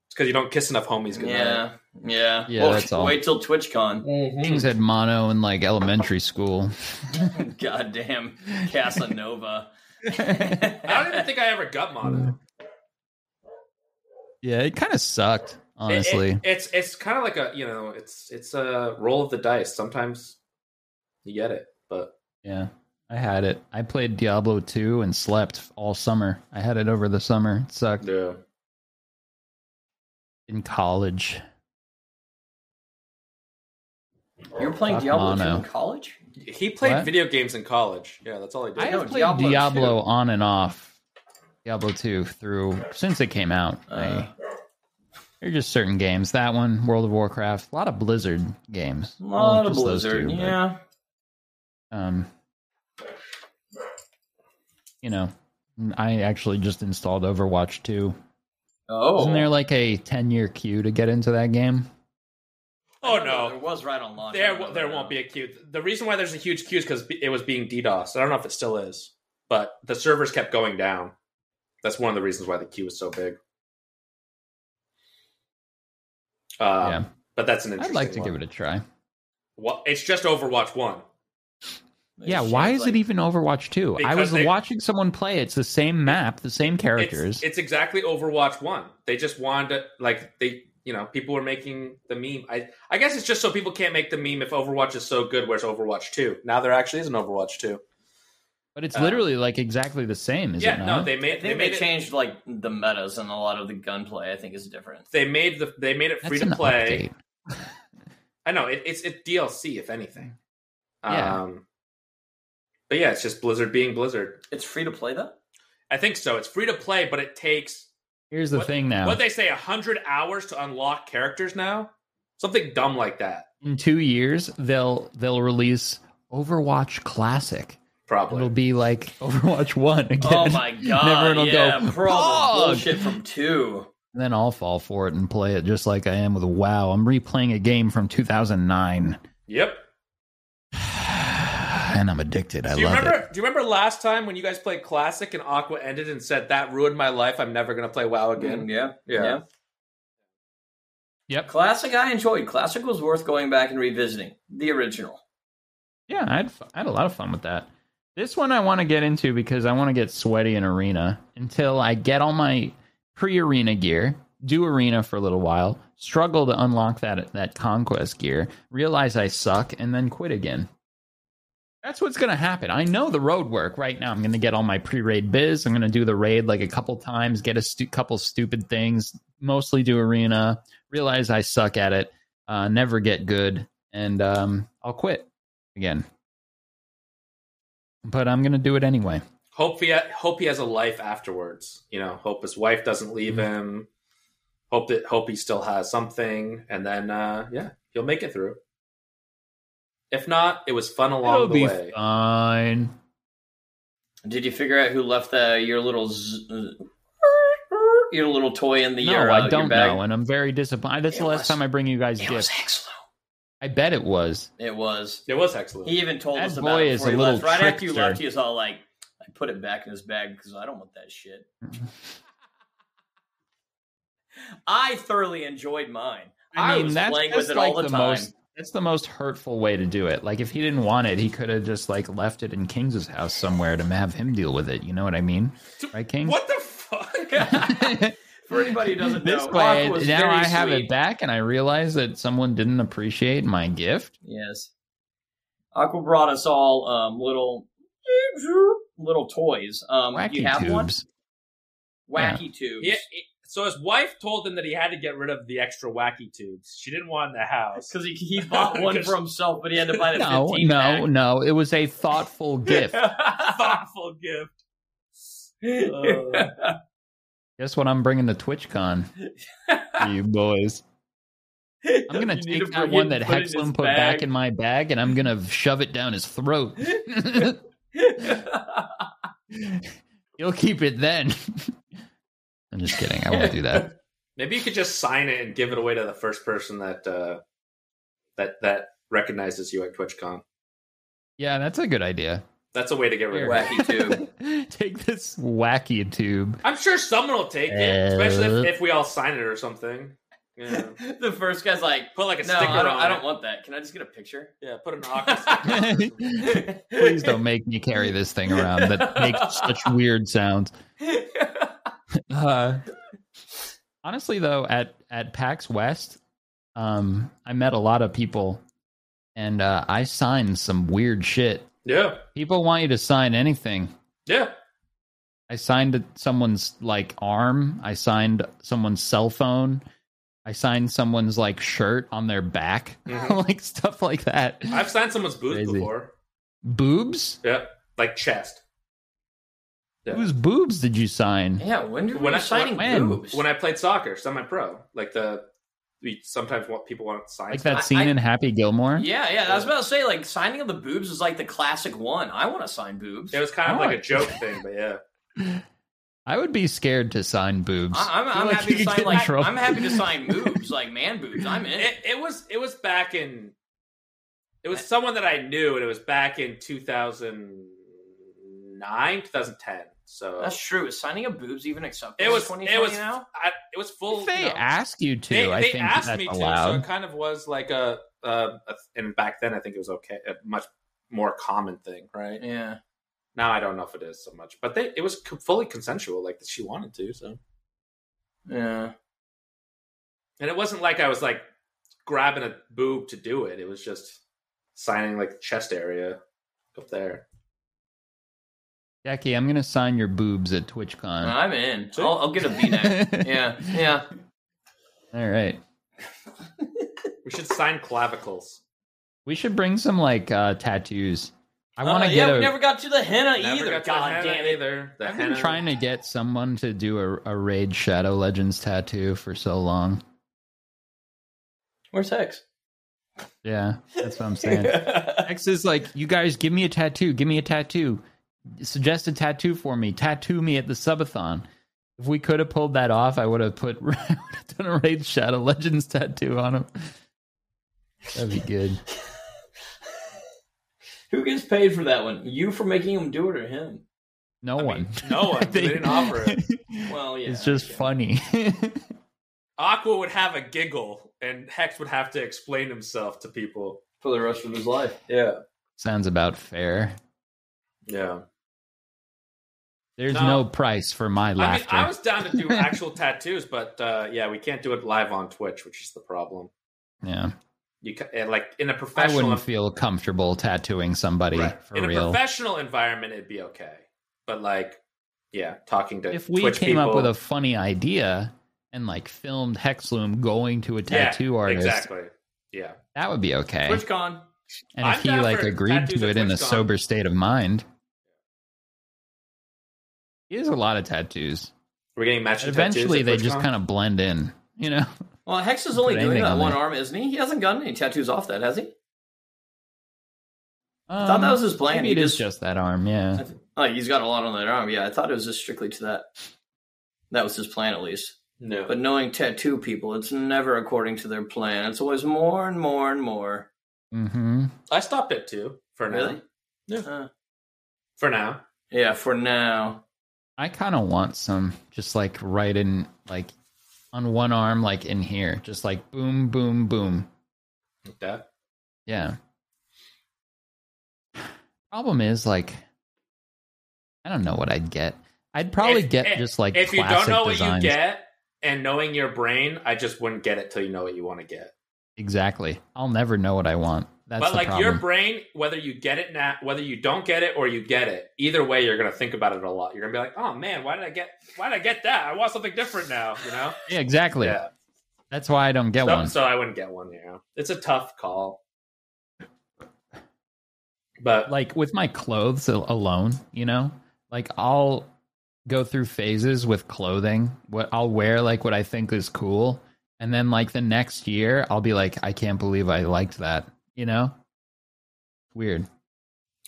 because you don't kiss enough homies. Good Yeah, yeah. Yeah, Well, that's all. Wait till TwitchCon. Things had mono in like elementary school. Goddamn Casanova. I don't even think I ever got Mm, mono. Yeah, it kind of sucked, It- it- honestly. it's it's kind of like a you know it's it's a roll of the dice. Sometimes you get it, but yeah, I had it. I played Diablo 2 and slept all summer. I had it over the summer. It sucked yeah. in college. you were playing Fuck Diablo 2 mono. in college? he played What? video games in college. Yeah, that's all he did. I know have played Diablo Diablo, 2. on and off. Diablo 2 through since it came out. Uh. I, there are just certain games. That one, World of Warcraft, a lot of Blizzard games. A Well, lot of just those Blizzard. two, but, yeah. um, you know, I actually just installed Overwatch 2. Oh. Isn't there like a 10 year queue to get into that game? Oh There no. was right on launch. I There, remember there now. won't be a queue. The reason why there's a huge queue is because it was being DDoS. I don't know if it still is, but the servers kept going down. That's one of the reasons why the queue was so big. Uh, Yeah. But that's an I'd interesting. like to give it a try. Well, it's just Overwatch One. They Yeah, just why changed, is it like- even Overwatch 2? I Because was they- watching someone play. It's the same map, the same characters. It's, it's exactly Overwatch One. They just wanted to, like they, you know, people were making the meme. I, I guess it's just so people can't make the meme if Overwatch is so good. Where's Overwatch Two? Now there actually is an Overwatch Two. but it's uh, literally like exactly the same, is yeah, it not? no, they I made think made they, it- changed like the metas and a lot of the gunplay. I think is different. they made the they made it That's free an to play. update. I know it, it's it's DLC if anything. Yeah. Um, but yeah, it's just Blizzard being Blizzard. It's free to play though. I think so. It's free to play, but it takes Here's the What- thing now. what they say hundred hours to unlock characters now. Something dumb like that, In 2 years, they'll they'll release Overwatch Classic. It'll probably. be like Overwatch 1 again. Oh my god! Everyone will yeah, go, pro "Fuck!" bullshit from two. And then I'll fall for it and play it just like I am with WoW. I'm replaying a game from 2009 Yep. and I'm addicted. I Do you love remember? it. Do you remember last time when you guys played Classic and Aqua ended and said that ruined my life? I'm never gonna play WoW again. Mm, yeah, Yeah. Yep. Classic, I enjoyed. Classic was worth going back and revisiting the original. Yeah, I had, fu- I had a lot of fun with that. This one I want to get into because I want to get sweaty in arena until I get all my pre arena gear, do arena for a little while, struggle to unlock that that conquest gear, realize I suck, and then quit again. That's what's going to happen. I know the road work right now. I'm going to get all my pre raid biz. I'm going to do the raid like a couple times, get a stu- couple stupid things, mostly do arena, realize I suck at it, uh, never get good, and um, I'll quit again. But I'm gonna do it anyway. Hope he hope he has a life afterwards. You know, hope his wife doesn't leave Mm-hmm. him. Hope that hope he still has something, and then uh, yeah, he'll make it through. If not, it was fun along It'll the be way. fine. Did you figure out who left the, your little z- uh, your little toy in the No, your, uh, I your don't bag? know, and I'm very disappointed. That's It the last was- time I bring you guys It was gifts. excellent. I bet it was. It was. It was excellent. He even told That us about boy it is before a he little left. Right after you trickster. left, he was all like, "I put it back in his bag because I don't want that shit." I thoroughly enjoyed mine. I, was playing with it all the, time. most. That's the most hurtful way to do it. Like if he didn't want it, he could have just like left it in King's house somewhere to have him deal with it. You know what I mean, right, King? what the fuck? For anybody who doesn't this know, way, Aqua was now very I have sweet. it back, and I realize that someone didn't appreciate my gift. Yes, Aqua brought us all um, little little toys. Um, Wacky you have one tubes. wacky tubes. yeah, it- So his wife told him that he had to get rid of the extra wacky tubes. She didn't want in the house. Because he, he bought one for himself, but he had to buy the No, 15 no, no. It was a thoughtful gift. Thoughtful gift. Oh. pack. Guess what I'm bringing to TwitchCon? you boys. I'm gonna You need to take that bring one it- that put it in his Hexlum put back in my bag, and I'm gonna shove it down his throat. bag. You'll keep it then. I'm just kidding. I won't do that. Maybe you could just sign it and give it away to the first person that uh, that that recognizes you at TwitchCon. Yeah, that's a good idea. That's a way to get rid of it. Wacky tube. take this wacky tube. I'm sure someone will take it, Uh, especially if, if we all sign it or something. Yeah. the first guy's like, Put like a no, sticker I don't, on I it. don't want that. Can I just get a picture? Yeah, put an awkward sticker on it. Please don't make me carry this thing around that makes such weird sounds. Uh, honestly, though, at at PAX West, um, I met a lot of people, and uh, I signed some weird shit. Yeah, People want you to sign anything. yeah. I signed someone's like arm. I signed someone's cell phone. I signed someone's like shirt on their back, Mm-hmm. Mhm. like stuff like that. I've signed someone's booth Crazy. before. boobs? Yeah, like chest. Yeah. Whose boobs did you sign? Yeah, when do When we I- signing when- boobs? When I played soccer, semi-pro, like the we sometimes want people want to sign Like stuff. that scene I- in Happy Gilmore? yeah, yeah, I was about to say like signing of the boobs is like the classic one. I want to sign boobs. It was kind of I like a like- joke thing, but yeah. I would be scared to sign boobs. I, am Feel I'm like happy you to could sign get in like trouble. I'm happy to sign boobs like man boobs. I'm in. It, it was it was back in it was someone that I knew, and it was back in 2009, 2010. So That's true. Is signing of boobs even acceptable? it was in it 2020 was now. I, it was full. If they you know, ask you to, they, I they think asked that's me to, so allowed. it kind of was like a, a, a and back then I think it was okay, a much more common thing, right? Yeah. Now I don't know if it is so much, but they it was co- fully consensual, like that she wanted to. So Yeah. and it wasn't like I was like grabbing a boob to do it. It was just signing like chest area up there. Jackie, I'm gonna sign your boobs at TwitchCon. I'm in. See? I'll, I'll get a V-neck. yeah. Yeah. All right. We should sign clavicles. We should bring some like uh, tattoos. I want Uh, to Yeah, get a. we never got to the henna Never either. got to God the henna damn it. Either the I've been henna. trying to get someone to do a, a raid Shadow Legends tattoo for so long. Where's Hex? Yeah, that's what I'm saying. X is like, you guys, give me a tattoo. Give me a tattoo. Suggest a tattoo for me. Tattoo me at the subathon. If we could have pulled that off, I would have put I would have done a raid Shadow Legends tattoo on him. That'd be good. Who gets paid for that one? You for making him do it or him? No I one. mean, no one. I They didn't offer it. Well, yeah. it's just okay. funny. Aqua would have a giggle, and Hex would have to explain himself to people. for the rest of his life. Yeah, Sounds about fair. yeah. There's No. no price for my I mean, laughter. I was down to do actual tattoos, but uh, yeah, we can't do it live on Twitch, which is the problem. yeah. You ca- and like in a I professional, wouldn't feel comfortable tattooing somebody Right. for in a real. professional environment, it'd be okay. But like, yeah, talking to if we Twitch came up people- with a funny idea and like filmed Hexloom going to a Yeah, tattoo artist, exactly. Yeah, that would be okay. TwitchCon. and I'm if he down like for agreed tattoos to at it in a TwitchCon. sober state of mind, he has a lot of tattoos. we're getting matching. And eventually, they just of. kind of blend in. You know, Well, Hex is only Put doing anything that on one there. arm, isn't he? He hasn't gotten any tattoos off that, has he? I I thought that was his plan. Um, Maybe He it is just, just that arm. Yeah. I th- oh, he's got a lot on that arm. Yeah, I thought it was just strictly to that. That was his plan, at least. no. But knowing tattoo people, it's never according to their plan. It's always more and more and more. Mm-hmm. I stopped at two for now. Really? Yeah. Uh, For now, yeah. For now, I kind of want some, just like right in, like on one arm, like in here, just like boom, boom, boom. like that. Yeah. Problem is, like, I don't know what I'd get. I'd probably If- get if- just like if you classic don't know what you designs. get and knowing your brain, I just wouldn't get it till you know what you want to get. Exactly. I'll never know what I want. That's but the like problem. your brain, whether you get it now, whether you don't get it or you get it, either way, you're gonna think about it a lot. You're gonna be like, "Oh man, why did I get? Why did I get that? I want something different now." You know? yeah, exactly. Yeah. That's why I don't get So, one. so I wouldn't get one. You know, it's a tough call. But like with my clothes al- alone, you know, like I'll go through phases with clothing. What I'll wear, like what I think is cool, and then like the next year, I'll be like, I can't believe I liked that. You know, weird.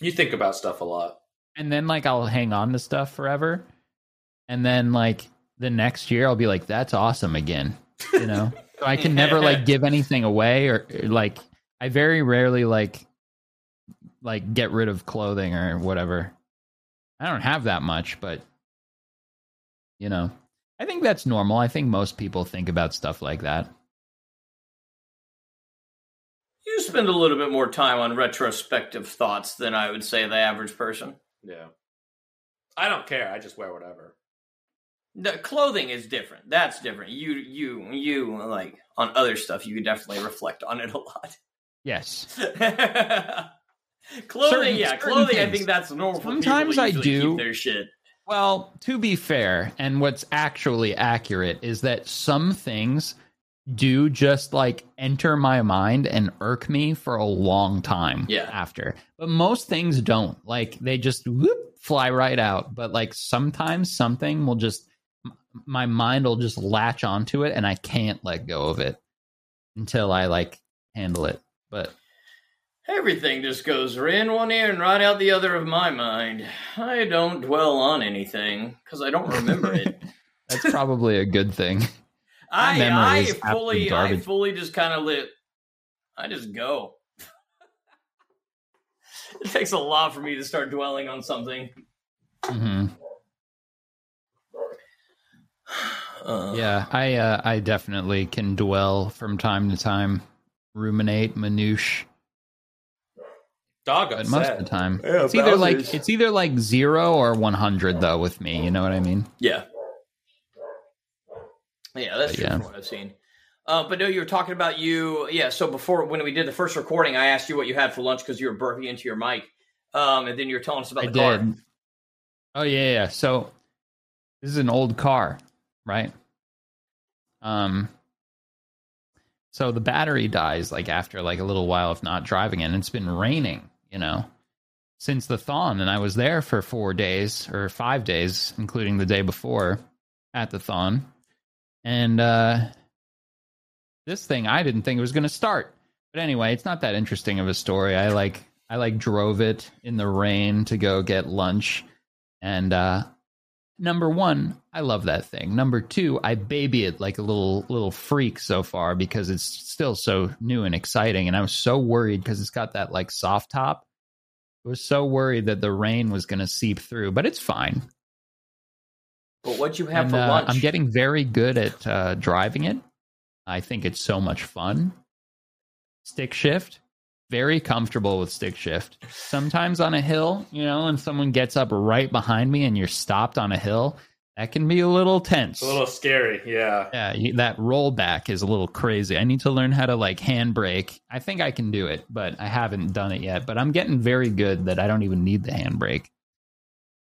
you think about stuff a lot. And then like I'll hang on to stuff forever, and then like the next year, I'll be like, that's awesome again. You know, so I can never like give anything away or, or like I very rarely like like get rid of clothing or whatever. I don't have that much, but you know, I think that's normal. I think most people think about stuff like that. You spend a little bit more time on retrospective thoughts than I would say the average person. Yeah. I don't care. I just wear whatever. The clothing is different. That's different. You, you, you like on other stuff. You could definitely reflect on it a lot. Yes. clothing, Certain- yeah, certain clothing. I things. think that's normal. for people to Sometimes I usually do. keep their shit. Well, to be fair, and what's actually accurate is that some things do just like enter my mind and irk me for a long time Yeah. after. But most things don't. Like they just whoop, fly right out. But like sometimes something will just, m- my mind will just latch onto it and I can't let go of it until I like handle it. But Everything just goes right in one ear and right out the other of my mind. I don't dwell on anything because I don't remember it. that's probably a good thing. My memory I I is absolute fully I garbage. fully just kind of lit. I just go. it takes a lot for me to start dwelling on something. hmm Uh, Yeah, I uh, I definitely can dwell from time to time, ruminate, manouche, Dog but most of upset. the time it's either like it's either like zero or one hundred though with me. You know what I mean? yeah, yeah. That's But true yeah. from what I've seen. Uh, but no, you were talking about you. Yeah. So before when we did the first recording, I asked you what you had for lunch because you were burping into your mic, um, and then you were telling us about I the did. car. Oh yeah, yeah. So this is an old car, right? Um. So the battery dies like after like a little while of not driving it, and it's been raining, you know, since the thon, and I was there for four days or five days, including the day before at the thon, and uh, this thing I didn't think it was going to start. But anyway, it's not that interesting of a story. I like I like drove it in the rain to go get lunch. And uh number 1, I love that thing. Number 2, I baby it like a little little freak so far because it's still so new and exciting and I was so worried cuz it's got that like soft top. I was so worried that the rain was going to seep through, but it's fine. But what you have And, for uh, lunch? I'm getting very good at uh, driving it. I think it's so much fun. Stick shift, very comfortable with stick shift. Sometimes on a hill, you know, and someone gets up right behind me and you're stopped on a hill, that can be a little tense. It's a little scary. Yeah. yeah, you, that rollback is a little crazy. I need to learn how to like handbrake. I think I can do it, but I haven't done it yet. But I'm getting very good that I don't even need the handbrake.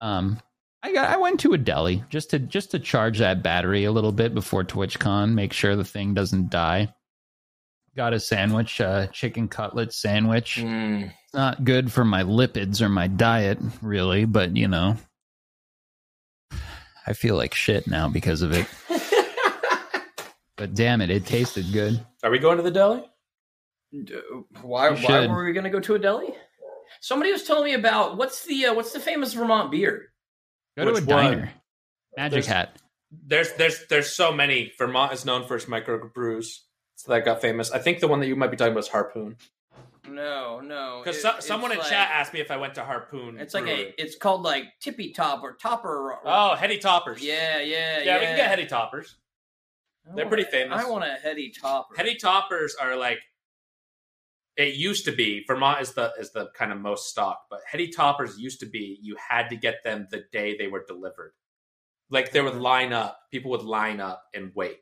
Um, I got I went to a deli just to just to charge that battery a little bit before TwitchCon, make sure the thing doesn't die. Got a sandwich, uh, chicken cutlet sandwich. Mm. It's Not good for my lipids or my diet, really, but you know, I feel like shit now because of it. Hmm. but damn it, it tasted good. Are we going to the deli? D- Why? Why You should. were we going to go to a deli? Somebody was telling me about what's the uh, what's the famous Vermont beer? Go to Which a one? diner. Magic There's- Hat. There's there's there's so many. Vermont is known for its microbrews. So that got famous. I think the one that you might be talking about is Harpoon. No, no. Because Oh, it- so, it's someone in like- chat asked me if I went to Harpoon. It's like Brewery. a. It's called like tippy top or topper. or- oh heady toppers. yeah, yeah, yeah. yeah, we can get heady toppers. I They're want pretty a- famous. I want a heady topper. Heady toppers are like it used to be. Vermont is the is the kind of most stocked, but heady toppers used to be you had to get them the day they were delivered. Like they would line up, people would line up and wait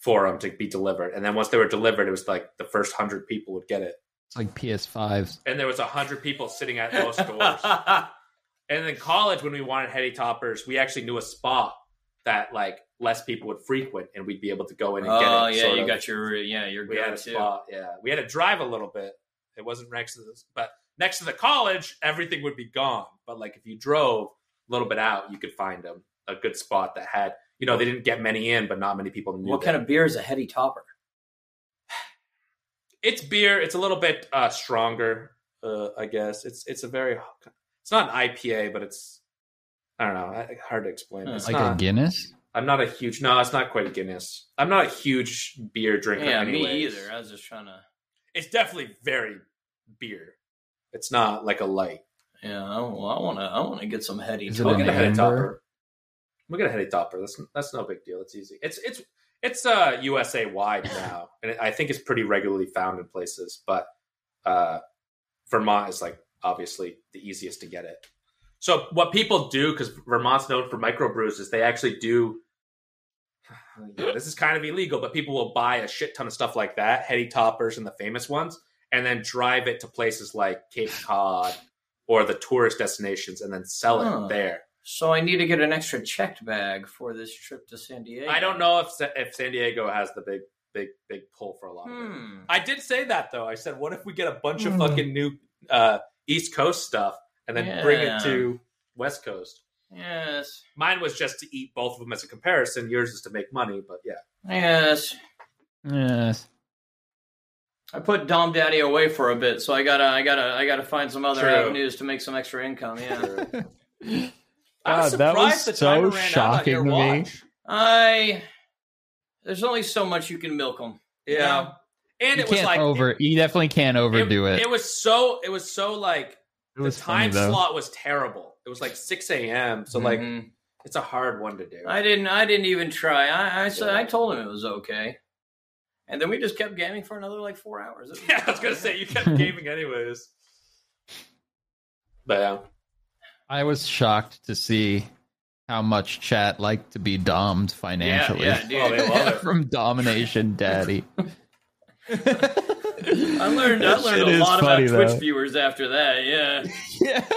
for them to be delivered, and then once they were delivered, it was like the first hundred people would get it. It's like PS5s. and there was a hundred people sitting at those doors. and in college, when we wanted heady toppers, we actually knew a spa that like less people would frequent, and we'd be able to go in and get it. Oh yeah, sort you of. got your yeah, you're We had a good too. spa. Yeah, we had to drive a little bit. It wasn't next to this, but next to the college, everything would be gone. But like if you drove a little bit out, you could find them a good spot that had. You know, they didn't get many in, but not many people knew. What them. kind of beer is a heady topper? it's beer. It's a little bit uh, stronger, uh, I guess. It's it's a very it's not an IPA, but it's I don't know. I, hard to explain. Huh. It's Like a not, Guinness? I'm not a huge. No, it's not quite a Guinness. I'm not a huge beer drinker. Yeah, anyways. me either. I was just trying to. It's definitely very beer. It's not like a light. Yeah, I want to. I want to get some heady. Is it We'll topper. an get a heady amber? topper. We'll get a heady topper. That's that's no big deal. It's easy. It's it's it's uh USA wide now, and I think it's pretty regularly found in places. But uh, Vermont is like obviously the easiest to get it. So what people do because Vermont's known for microbrews is they actually do. Yeah, this is kind of illegal, but people will buy a shit ton of stuff like that, heady toppers and the famous ones, and then drive it to places like Cape Cod or the tourist destinations, and then sell it Huh. there. So I need to get an extra checked bag for this trip to San Diego. I don't know if Sa- if San Diego has the big big big pull for a lot. Of it. Hmm. I did say that though. I said, what if we get a bunch of Hmm. fucking new uh, East Coast stuff and then bring Yeah. it to West Coast? Yes. Mine was just to eat both of them as a comparison. Yours is to make money, but yeah, Yes. Yes. I put Dom Daddy away for a bit, so I gotta, I gotta, I gotta find some other True. avenues to make some extra income. Yeah. I God, that was was surprised the so timer ran out on your shocking to me. watch. I. There's only so much you can milk them. Yeah, and you it was can't like over. you definitely can't overdo it. It was so. It was so like It was the funny, time though. Mm-hmm. slot was terrible. It was like six a.m. So like Mhm. it's a hard one to do. I didn't, I didn't even try. I, I said, I told him it was okay, and then we just kept gaming for another like four hours. It was- Yeah, I was gonna say you kept gaming anyways. But yeah, I was shocked to see how much chat liked to be domed yeah, financially yeah, dude. Oh, they love it. from domination daddy. I I learned, I learned a lot about Twitch viewers after that. Yeah. Yeah.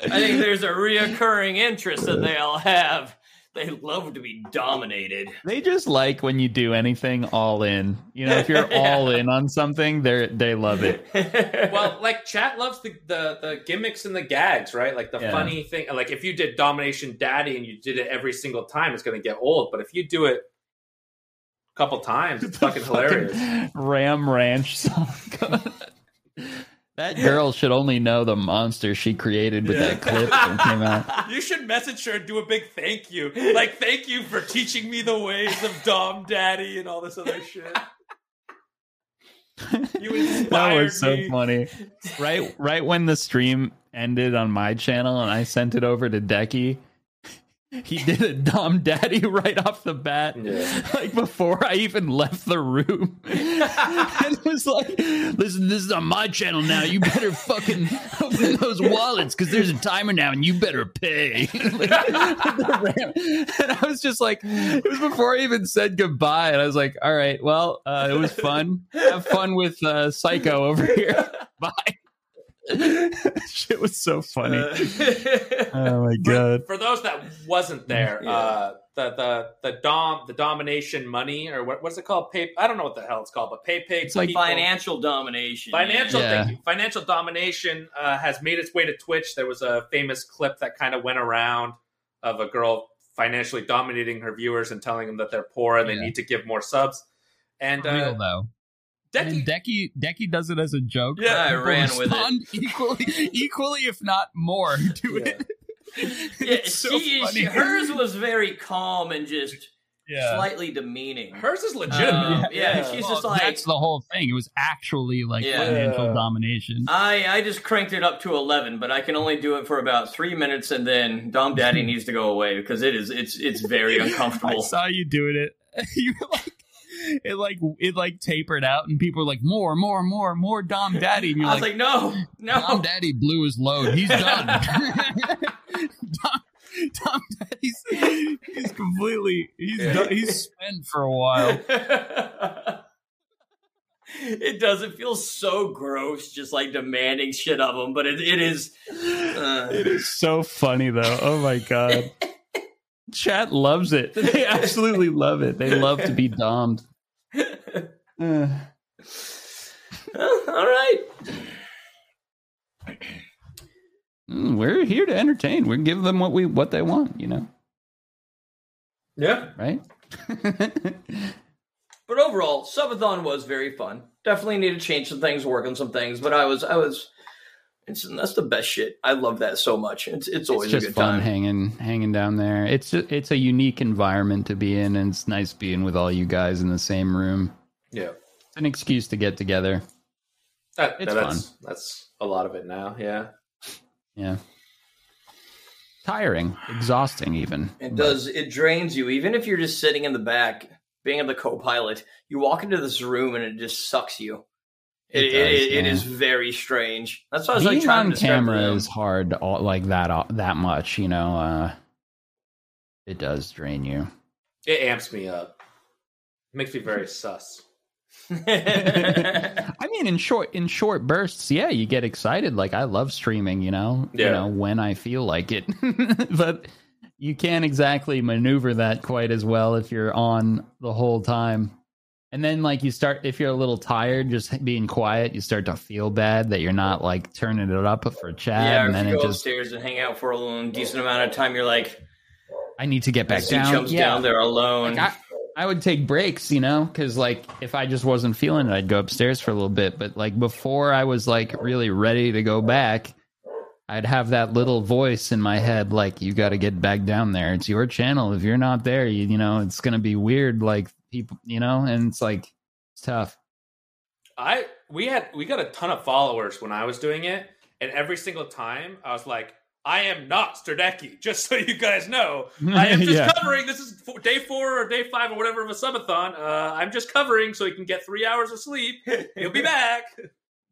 I think there's a reoccurring interest that they all have. They love to be dominated. They just like when you do anything all in. You know, if you're Yeah. all in on something, they they love it. well, well, like chat loves the, the the gimmicks and the gags, right? Like the Yeah. funny thing. Like if you did Domination Daddy and you did it every single time, it's gonna get old. But if you do it a couple times, it's fucking hilarious. Ram Ranch song. that girl should only know the monster she created with that clip when it came out. You should message her and do a big thank you. Like, thank you for teaching me the ways of Dom Daddy and all this other shit. You that inspired was so me. funny. Right, right when the stream ended on my channel and I sent it over to Decky, he did a Dom Daddy right off the bat, Yeah. like before I even left the room, and was like, "Listen, this is on my channel now. You better fucking open those wallets because there's a timer now, and you better pay." Like, and I was just like, it was before I even said goodbye, and I was like, "All right, well, uh, it was fun. Have fun with uh, Psycho over here. Bye." Shit was so funny. Uh, oh my god. for those that wasn't there, Yeah. uh, the the the dom the domination money or what, what's it called? Pay I don't know what the hell it's called, but pay pay It's like people- financial domination. Financial, Yeah. thank you. financial domination uh, has made its way to Twitch. There was a famous clip that kind of went around of a girl financially dominating her viewers and telling them that they're poor and they Yeah. need to give more subs. And For real uh, though. Decky, Decky, Decky, Decky does it as a joke. Yeah, I People ran with it. respond Equally, equally, if not more, to Yeah. it. Yeah, It's so she, she- funny. hers was very calm and just Yeah. slightly demeaning. hers is Um, legitimate. yeah, she's just like that's the whole thing. It was actually like Yeah. financial Yeah. domination. I, I just cranked it up to eleven, but I can only do it for about three minutes, and then Dom Daddy needs to go away because it is it's it's very I uncomfortable. saw you doing it. You were like. It like it like tapered out, and people were like, "More, more, more, more." Dom Daddy, and I you're was like, like, no, no, Dom Daddy blew his load. He's done. Dom, Dom Daddy's he's completely he's Yeah. done, he's spent for a while. it does. It feels so gross, just like demanding shit of them. But it, it is. Uh, It is so funny though. Oh my god. Chat loves it. They absolutely love it. They love to be domed. Uh, well, all right. mm, we're here to entertain. We give them what we what they want, you know, Yeah. right? But overall, subathon was very fun. Definitely need to change some things, work on some things. But I was, I was. It's, that's the best shit. I love that so much. It's it's it's always just a good fun time. hanging hanging down there. It's just, it's a unique environment to be in and it's nice being with all you guys in the same room. Yeah. It's an excuse to get together. That, It's that's that's a lot of it now. Yeah. Yeah. Tiring, exhausting even. It does. It drains you, even if you're just sitting in the back, being the co-pilot. You walk into this room and it just sucks you. It, It it, does, it yeah. is very strange. That's why I was Being like trying on to describe the camera room. is hard, all, like that, all, that much. You know, uh, it does drain you. It amps me up. makes me very sus. I mean, in short, in short bursts, yeah, you get excited. Like I love streaming, you know, you Yeah. know when I feel like it, but you can't exactly maneuver that quite as well if you're on the whole time. And then, like you start, if you're a little tired, just being quiet, you start to feel bad that you're not like turning it up for chat, yeah, and if then you it go just, upstairs and hang out for a long, decent amount of time, you're like, I need to get I back see down. chumps down there alone. Like, I, I would take breaks, you know, because like if I just wasn't feeling it, I'd go upstairs for a little bit. But like before I was like really ready to go back, I'd have that little voice in my head like, "You got to get back down there. It's your channel. If you're not there, you, you know, it's gonna be weird. Like people, you know, and it's like it's tough. I we had we got a ton of followers when I was doing it, and every single time I was like, I am not Sterdeki, just so you guys know. I am just Yeah. covering. This is f- day four or day five or whatever of a subathon. Uh, I'm just covering so you can get three hours of sleep. You'll be back.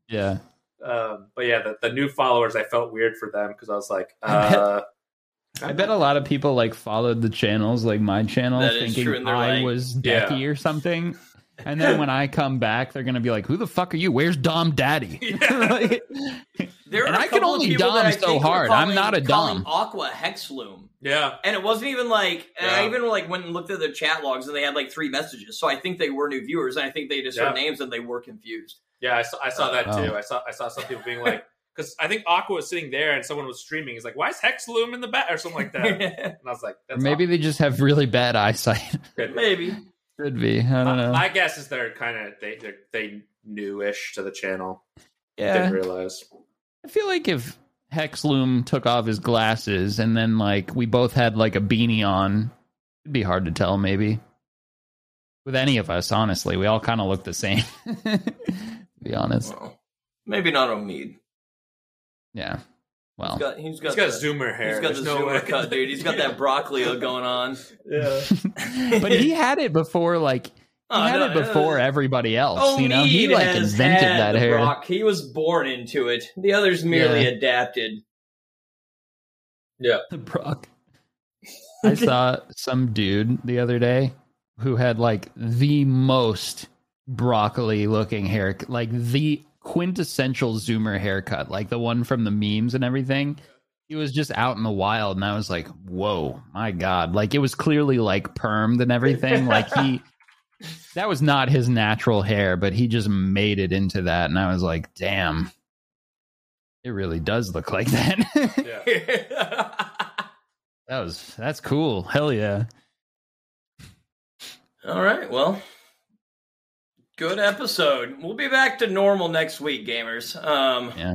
Yeah, Um, but yeah, the, the new followers, I felt weird for them because I was like, uh, I bet a lot of people like followed the channels, like my channel, That is thinking true, and they're I like- was Decky or something. And then when I come back, they're gonna be like, "Who the fuck are you? Where's Dom Daddy?" Yeah. there are and a I can couple of only people that dom I so think were hard. I'm calling- not a calling dom. Aqua Hexloom. yeah, And it wasn't even like and I Yeah. even like went and looked at their chat logs and they had like three messages. So I think they were new viewers and I think they just Yeah. heard names and they were confused. yeah, I saw, I saw that Oh. too. I saw I saw some people being like, because I think Aqua was sitting there and someone was streaming. He's like, why is Hexloom in the back or something like that? And I was like, Or That's maybe they just have really bad eyesight. awkward. Maybe. Could be. I don't My, know. my guess is they're kind of they they're, they newish to the channel. yeah, Didn't realize. I feel like if Hexloom took off his glasses and then like we both had like a beanie on, it'd be hard to tell. Maybe with any of us, honestly, we all kind of look the same. to be honest, Well, maybe not Omid. yeah. Well, He's got he's got, He's got the, zoomer hair. he's got the There's no zoomer way. cut, dude. He's got that broccoli going on. Yeah. but he had it before. Like he Oh, had no, it before uh, everybody else. Omid you know, he like has invented had that the hair. Brock. He was born into it. The others merely Yeah. adapted. The Brock. I saw some dude the other day who had like the most broccoli looking hair, like the quintessential zoomer haircut, like the one from the memes and everything. He was just out in the wild, and I was like, "Whoa, my god!" Like it was clearly like permed and everything. Like he, that was not his natural hair, but he just made it into that, and I was like, "Damn, it really does look like that." yeah. That was that's cool. Hell yeah. All right, well, good episode. We'll be back to normal next week, gamers. Um, Yeah.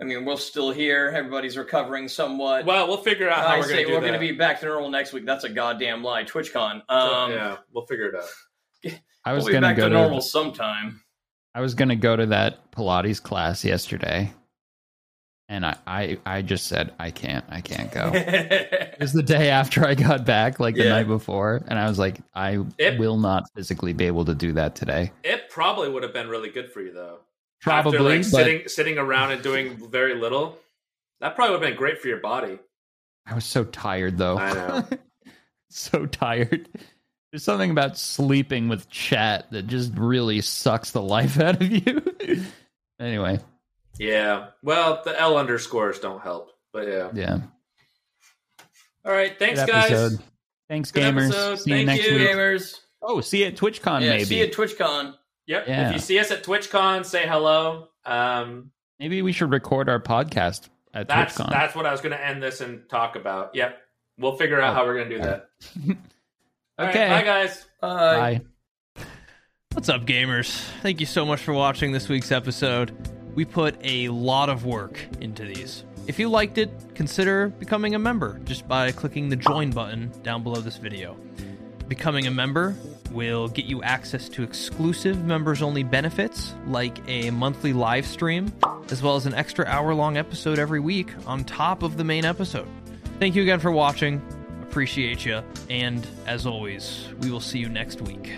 I mean, we're still here. Everybody's recovering somewhat. Well, we'll figure out how I we're say going to do we're that. to be back to normal next week. That's a goddamn lie. TwitchCon. So, Um, yeah, we'll figure it out. I we'll was be gonna back to go to normal sometime. I was gonna go to that Pilates class yesterday. And I, I I just said I can't I can't go. it was the day after I got back, like the Yeah. night before, and I was like, I Yep. will not physically be able to do that today. It probably would have been really good for you though. Probably, After, like, but sitting sitting around and doing very little, that probably would have been great for your body. I was so tired though. I know. so tired. There's something about sleeping with chat that just really sucks the life out of you. anyway, Yeah. Well, the L underscores don't help, but yeah. yeah. All right. Thanks, Good guys. episode. Thanks, Good gamers. episode. See you Thank next you. week. Gamers. Oh, see you at TwitchCon yeah, maybe. see you at TwitchCon. Yep. Yeah. If you see us at TwitchCon, say hello. Um, Maybe we should record our podcast at that's TwitchCon. that's what I was going to end this and talk about. Yep. We'll figure out how we're going to do that. All right, Okay. bye, guys. Bye. Bye. What's up, gamers? Thank you so much for watching this week's episode. We put a lot of work into these. If you liked it, consider becoming a member just by clicking the join button down below this video. Becoming a member will get you access to exclusive members only benefits like a monthly live stream, as well as an extra hour long episode every week on top of the main episode. Thank you again for watching. Appreciate you. And as always, we will see you next week.